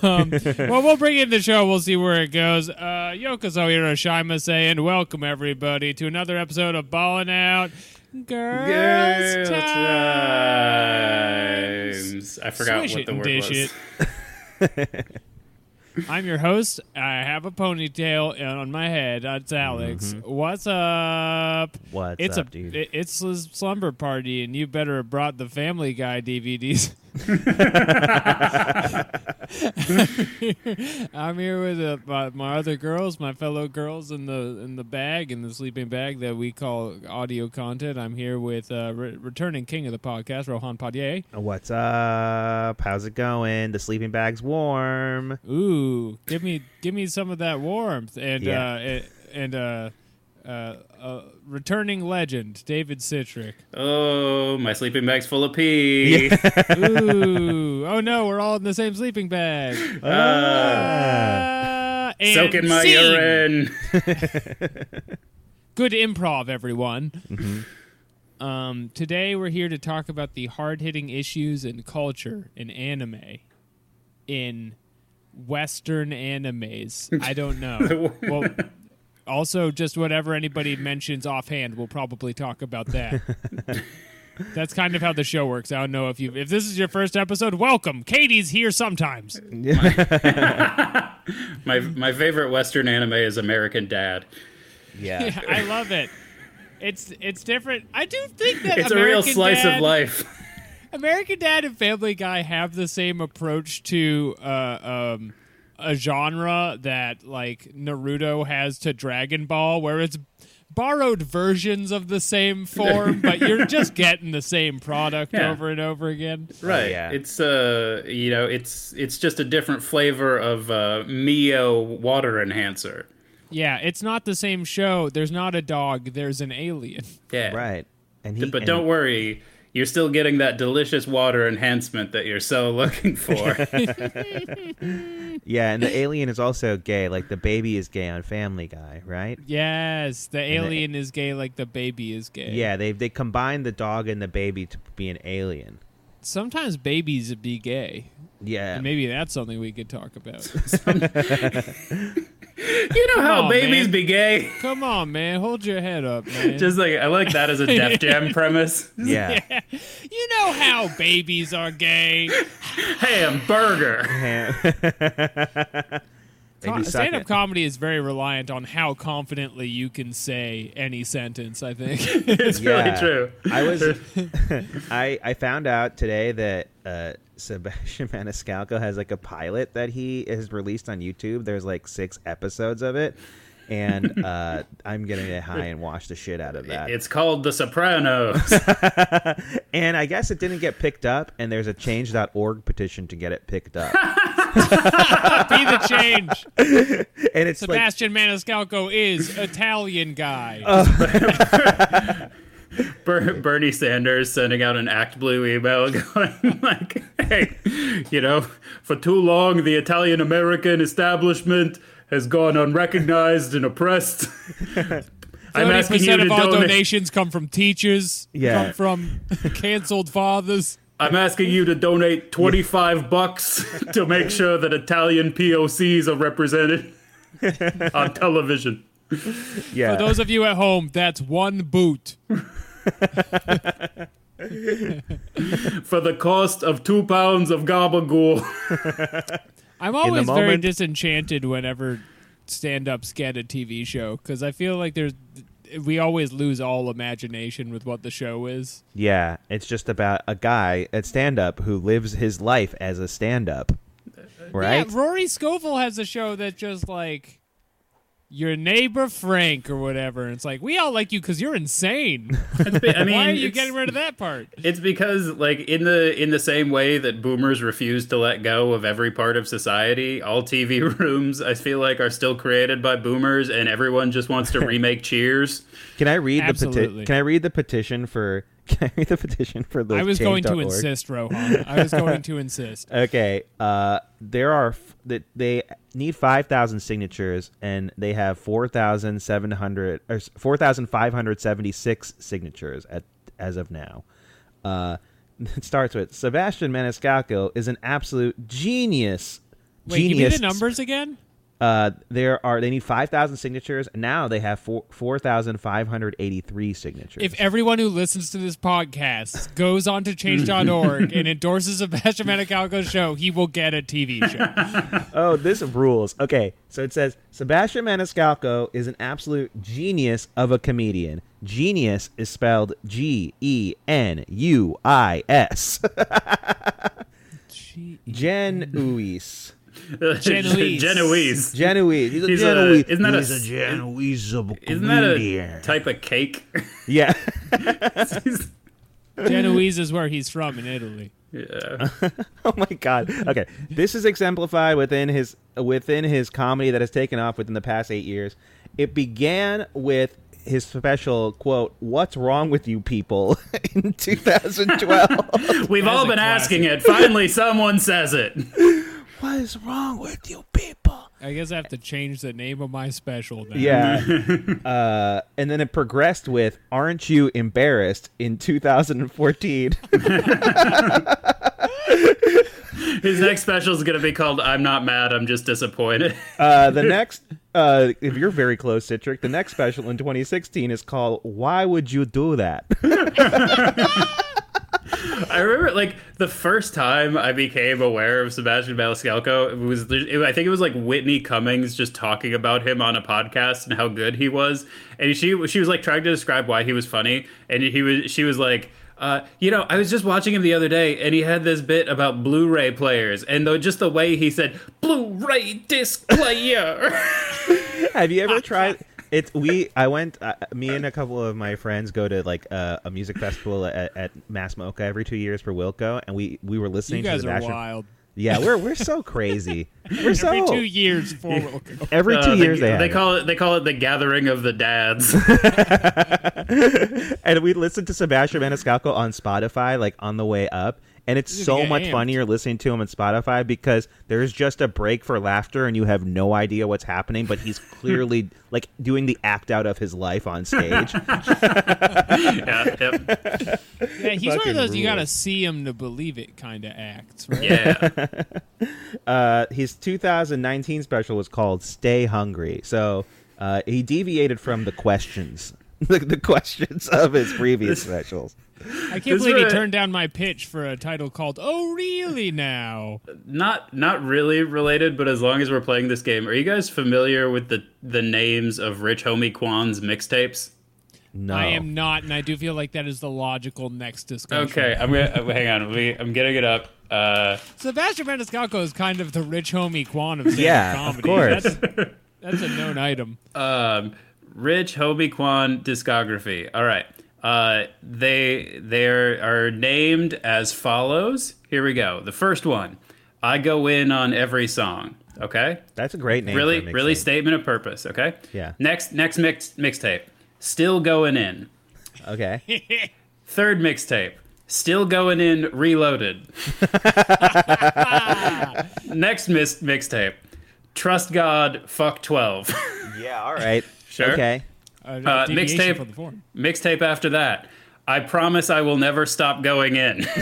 Um, well, we'll bring in the show. We'll see where it goes. Uh, Yokozo Hiroshima saying, Welcome, everybody, to another episode of Ballin' Out Girls, Girl Times. times. I forgot Swish what it the and word dish was. I'm your host. I have a ponytail on my head. That's Alex. Mm-hmm. What's up? What's it's up, a dude? it- it's a slumber party, and you better have brought the Family Guy DVDs. I'm here with uh, my, my other girls, my fellow girls in the in the bag in the sleeping bag that we call audio content. I'm here with uh, re- returning king of the podcast, Rohan Padier. What's up? How's it going? The sleeping bag's warm. Ooh, give me give me some of that warmth and Yeah. uh, it- and uh, uh, uh, returning legend David Citrick. Oh, my sleeping bag's full of pee. Ooh, oh no, we're all in the same sleeping bag. Ah. Uh, and Soak in my scene. urine. Good improv, everyone. Mm-hmm. Um, today we're here to talk about the hard-hitting issues and culture in anime, in Western animes. I don't know. well, also just whatever anybody mentions offhand, we'll probably talk about that. That's kind of how the show works. I don't know if you if this is your first episode, welcome. Katie's here sometimes. My my favorite Western anime is American Dad. yeah. I love it. It's it's different. I do think that It's American a real slice Dad, of life. American Dad and Family Guy have the same approach to uh, um, a genre that like Naruto has to Dragon Ball, where it's borrowed versions of the same form, but you're just getting the same product Yeah. over and over again. Right. Oh, yeah. It's uh you know, it's it's just a different flavor of uh Mio water enhancer. Yeah, it's not the same show. There's not a dog. There's an alien. Yeah. Right. And he, But and- don't worry, you're still getting that delicious water enhancement that you're so looking for. Yeah, and the alien is also gay. Like the baby is gay on Family Guy, right? Yes, the the- alien is gay, like the baby is gay. Yeah, they they combined the dog and the baby to be an alien. sometimes babies would be gay. Yeah. Uh, And maybe that's something we could talk about. you know how Aw, Oh, babies man. be gay? Come on, man, hold your head up, man. Just like I like that as a Def Jam premise. yeah. you know how babies are gay. Hamburger. Baby suck Stand up it. comedy is very reliant on how confidently you can say any sentence, I think. It's really Yeah. true. I was I I found out today that uh Sebastian Maniscalco has like a pilot that he has released on YouTube. There's like six episodes of it. And uh I'm gonna get high and watch the shit out of that. It's called The Sopranos. and I guess it didn't get picked up and there's a change.org petition to get it picked up. Be the change. and it's like Sebastian Maniscalco is Italian guy. Uh, Ber- Bernie Sanders sending out an Act Blue email going like, hey, you know, for too long the Italian American establishment has gone unrecognized and oppressed. I'm asking you 30% to of all donate. donations come from teachers, come Yeah. from canceled fathers. I'm asking you to donate 25 bucks to make sure that Italian POCs are represented on television. yeah. For those of you at home, that's one boot. for the cost of two pounds of gabagool. I'm always very moment. disenchanted whenever stand-ups get a TV show because I feel like there's we always lose all imagination with what the show is. Yeah, it's just about a guy at stand up who lives his life as a stand up. Uh, Right? Yeah, Rory Scovel has a show that just like your neighbor Frank or whatever. And it's like we all like you because you're insane. I mean, Why are you it's- getting rid of that part? It's because, like, in the in the same way that boomers refuse to let go of every part of society, all TV rooms I feel like are still created by boomers, and everyone just wants to remake Cheers. Can I read the Absolutely. peti- Can I read the petition for Can I read the petition for the I was going to change.org? insist, Rohan. I was going to insist. Okay, uh there are f- that they need 5,000 signatures and they have 4,700 or s- 4,576 signatures at as of now. Uh it starts with Sebastian Maniscalco is an absolute genius Wait, give me Genius. the numbers again. Uh, there are they need five thousand signatures. Now they have four four thousand five hundred eighty three signatures. If everyone who listens to this podcast goes on to change.org and endorses Sebastian Maniscalco's show, he will get a TV show. Oh, this rules. Okay, so it says Sebastian Maniscalco is an absolute genius of a comedian. Genius is spelled G E N U I S. Gen Uis. Genoese. Genoese. Genuise. He's a He's a- Genuise. isn't that a- He's Genuise of Isn't that a comedian. type of cake? yeah. Genoese is where he's from in Italy. yeah. oh my god. Okay. This is exemplified within his within his comedy that has taken off within the past 8 years. It began with his special quote, "What's wrong with you people?" in 2012. We've all a been classic. asking it. Finally, someone says it. What is wrong with you people? I guess I have to change the name of my special now. Yeah. uh, and then it progressed with Aren't You Embarrassed in 2014? His next special is going to be called "I'm Not Mad, I'm Just Disappointed." uh, the next, uh, if you're very close, Citric, the next special in 2016 is called Why Would You Do That? I remember, like the first time I became aware of Sebastian Maniscalco, it was it, I think it was like Whitney Cummings just talking about him on a podcast and how good he was, and she she was like trying to describe why he was funny, and he was she was like. Uh, you know, I was just watching him the other day, and he had this bit about Blu-ray players, and though just the way he said "Blu-ray disc player," Have you ever tried? It's we. I went. Uh, me and a couple of my friends go to like uh, a music festival at, at Mass Mocha every two years for Wilco, and we we were listening You guys to are Sebastian. wild. Yeah, we're we're so crazy. We're so Every two years, four will go. Every two Uh, years they, have they it. call it they call it the gathering of the dads. and we listened to Sebastian Maniscalco on Spotify, like on the way up. And it's Dude, so yeah, much amped. funnier listening to him on Spotify because there's just a break for laughter and you have no idea what's happening, but he's clearly like doing the act out of his life on stage. yeah, yep, Yeah, he's one Fucking of those you gotta rules. see him to believe it kind of acts, right? yeah. uh, his 2019 special was called Stay Hungry. So uh, he deviated from the questions, the, the questions of his previous specials. I can't This believe he is- turned down my pitch for a title called "Oh Really Now." Not not really related, but as long as we're playing this game, are you guys familiar with the the names of Rich Homie Kwan's mixtapes? No. I am not, and I do feel like that is the logical next discussion. Okay, I'm gonna uh, hang on. We, I'm getting it up. Uh, Sebastian Maniscalco is kind of the rich homie Quan of stand-up Yeah, of comedy. course. That's, that's a known item. um, Rich Homie Kwan discography. All right. Uh, they they are named as follows. Here we go. The first one, I go in on every song. Okay. That's a great name. for really a really mixtape. statement of purpose okay Yeah. next next mix mixtape still going in okay. third mixtape still going in reloaded next mis- mixtape trust god fuck 12 yeah. All right. Sure. A- Okay. a Uh, deviation mixtape. from the form. mixtape after that i promise i will never stop going in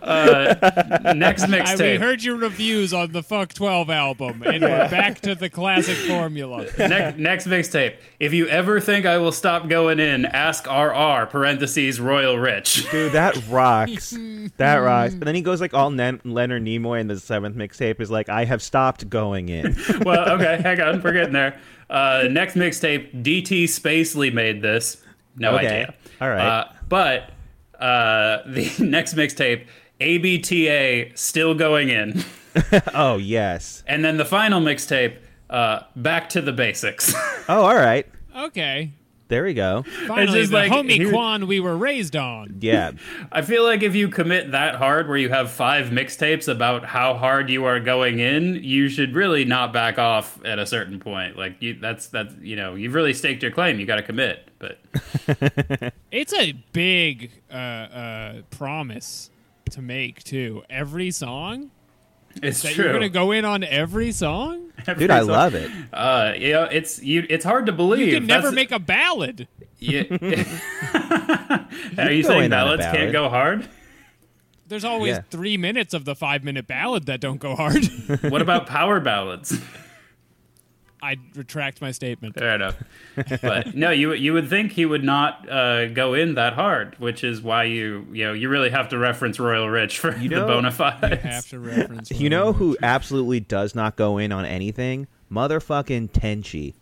uh, next I, mixtape we heard your reviews on the Fuck 12 album, and we're back to the classic formula. next, next mixtape. If you ever think I will stop going in, ask RR parentheses Royal Rich. Dude, that rocks. that rocks. And then he goes like all Nen- Leonard Nimoy in the seventh mixtape is like, I have stopped going in. well, okay, hang on, we're getting there. Uh, next mixtape, DT Spacely made this. No Okay, idea. all right. Uh, but uh, the next mixtape, ABTA still going in, oh yes. and then the final mixtape, uh, back to the basics. Oh, all right. Okay. There we go. Finally, just the like- homie here- Quan we were raised on. Yeah. I feel like if you commit that hard, where you have five mixtapes about how hard you are going in, you should really not back off at a certain point. Like you, that's that's you know you've really staked your claim. You got to commit. But It's a big uh, uh, promise to make, too. Every song? it's That true, you're going to go in on every song? Dude, I love it. Uh, you know, it's you. It's hard to believe. You can never That's- make a ballad. Yeah. are you go saying in on a ballads ballad. can't go hard? There's always Yeah. three minutes of the five minute ballad that don't go hard. What about power ballads? I retract my statement. Fair enough. But no, you you would think he would not uh, go in that hard, which is why you you know you really have to reference Royal Rich for the know- bona fides. Have to reference. You know who absolutely does not go in on anything? Motherfucking Tenchi.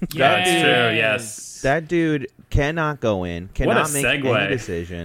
That's true, yes. That dude cannot go in, cannot make any segue. decision.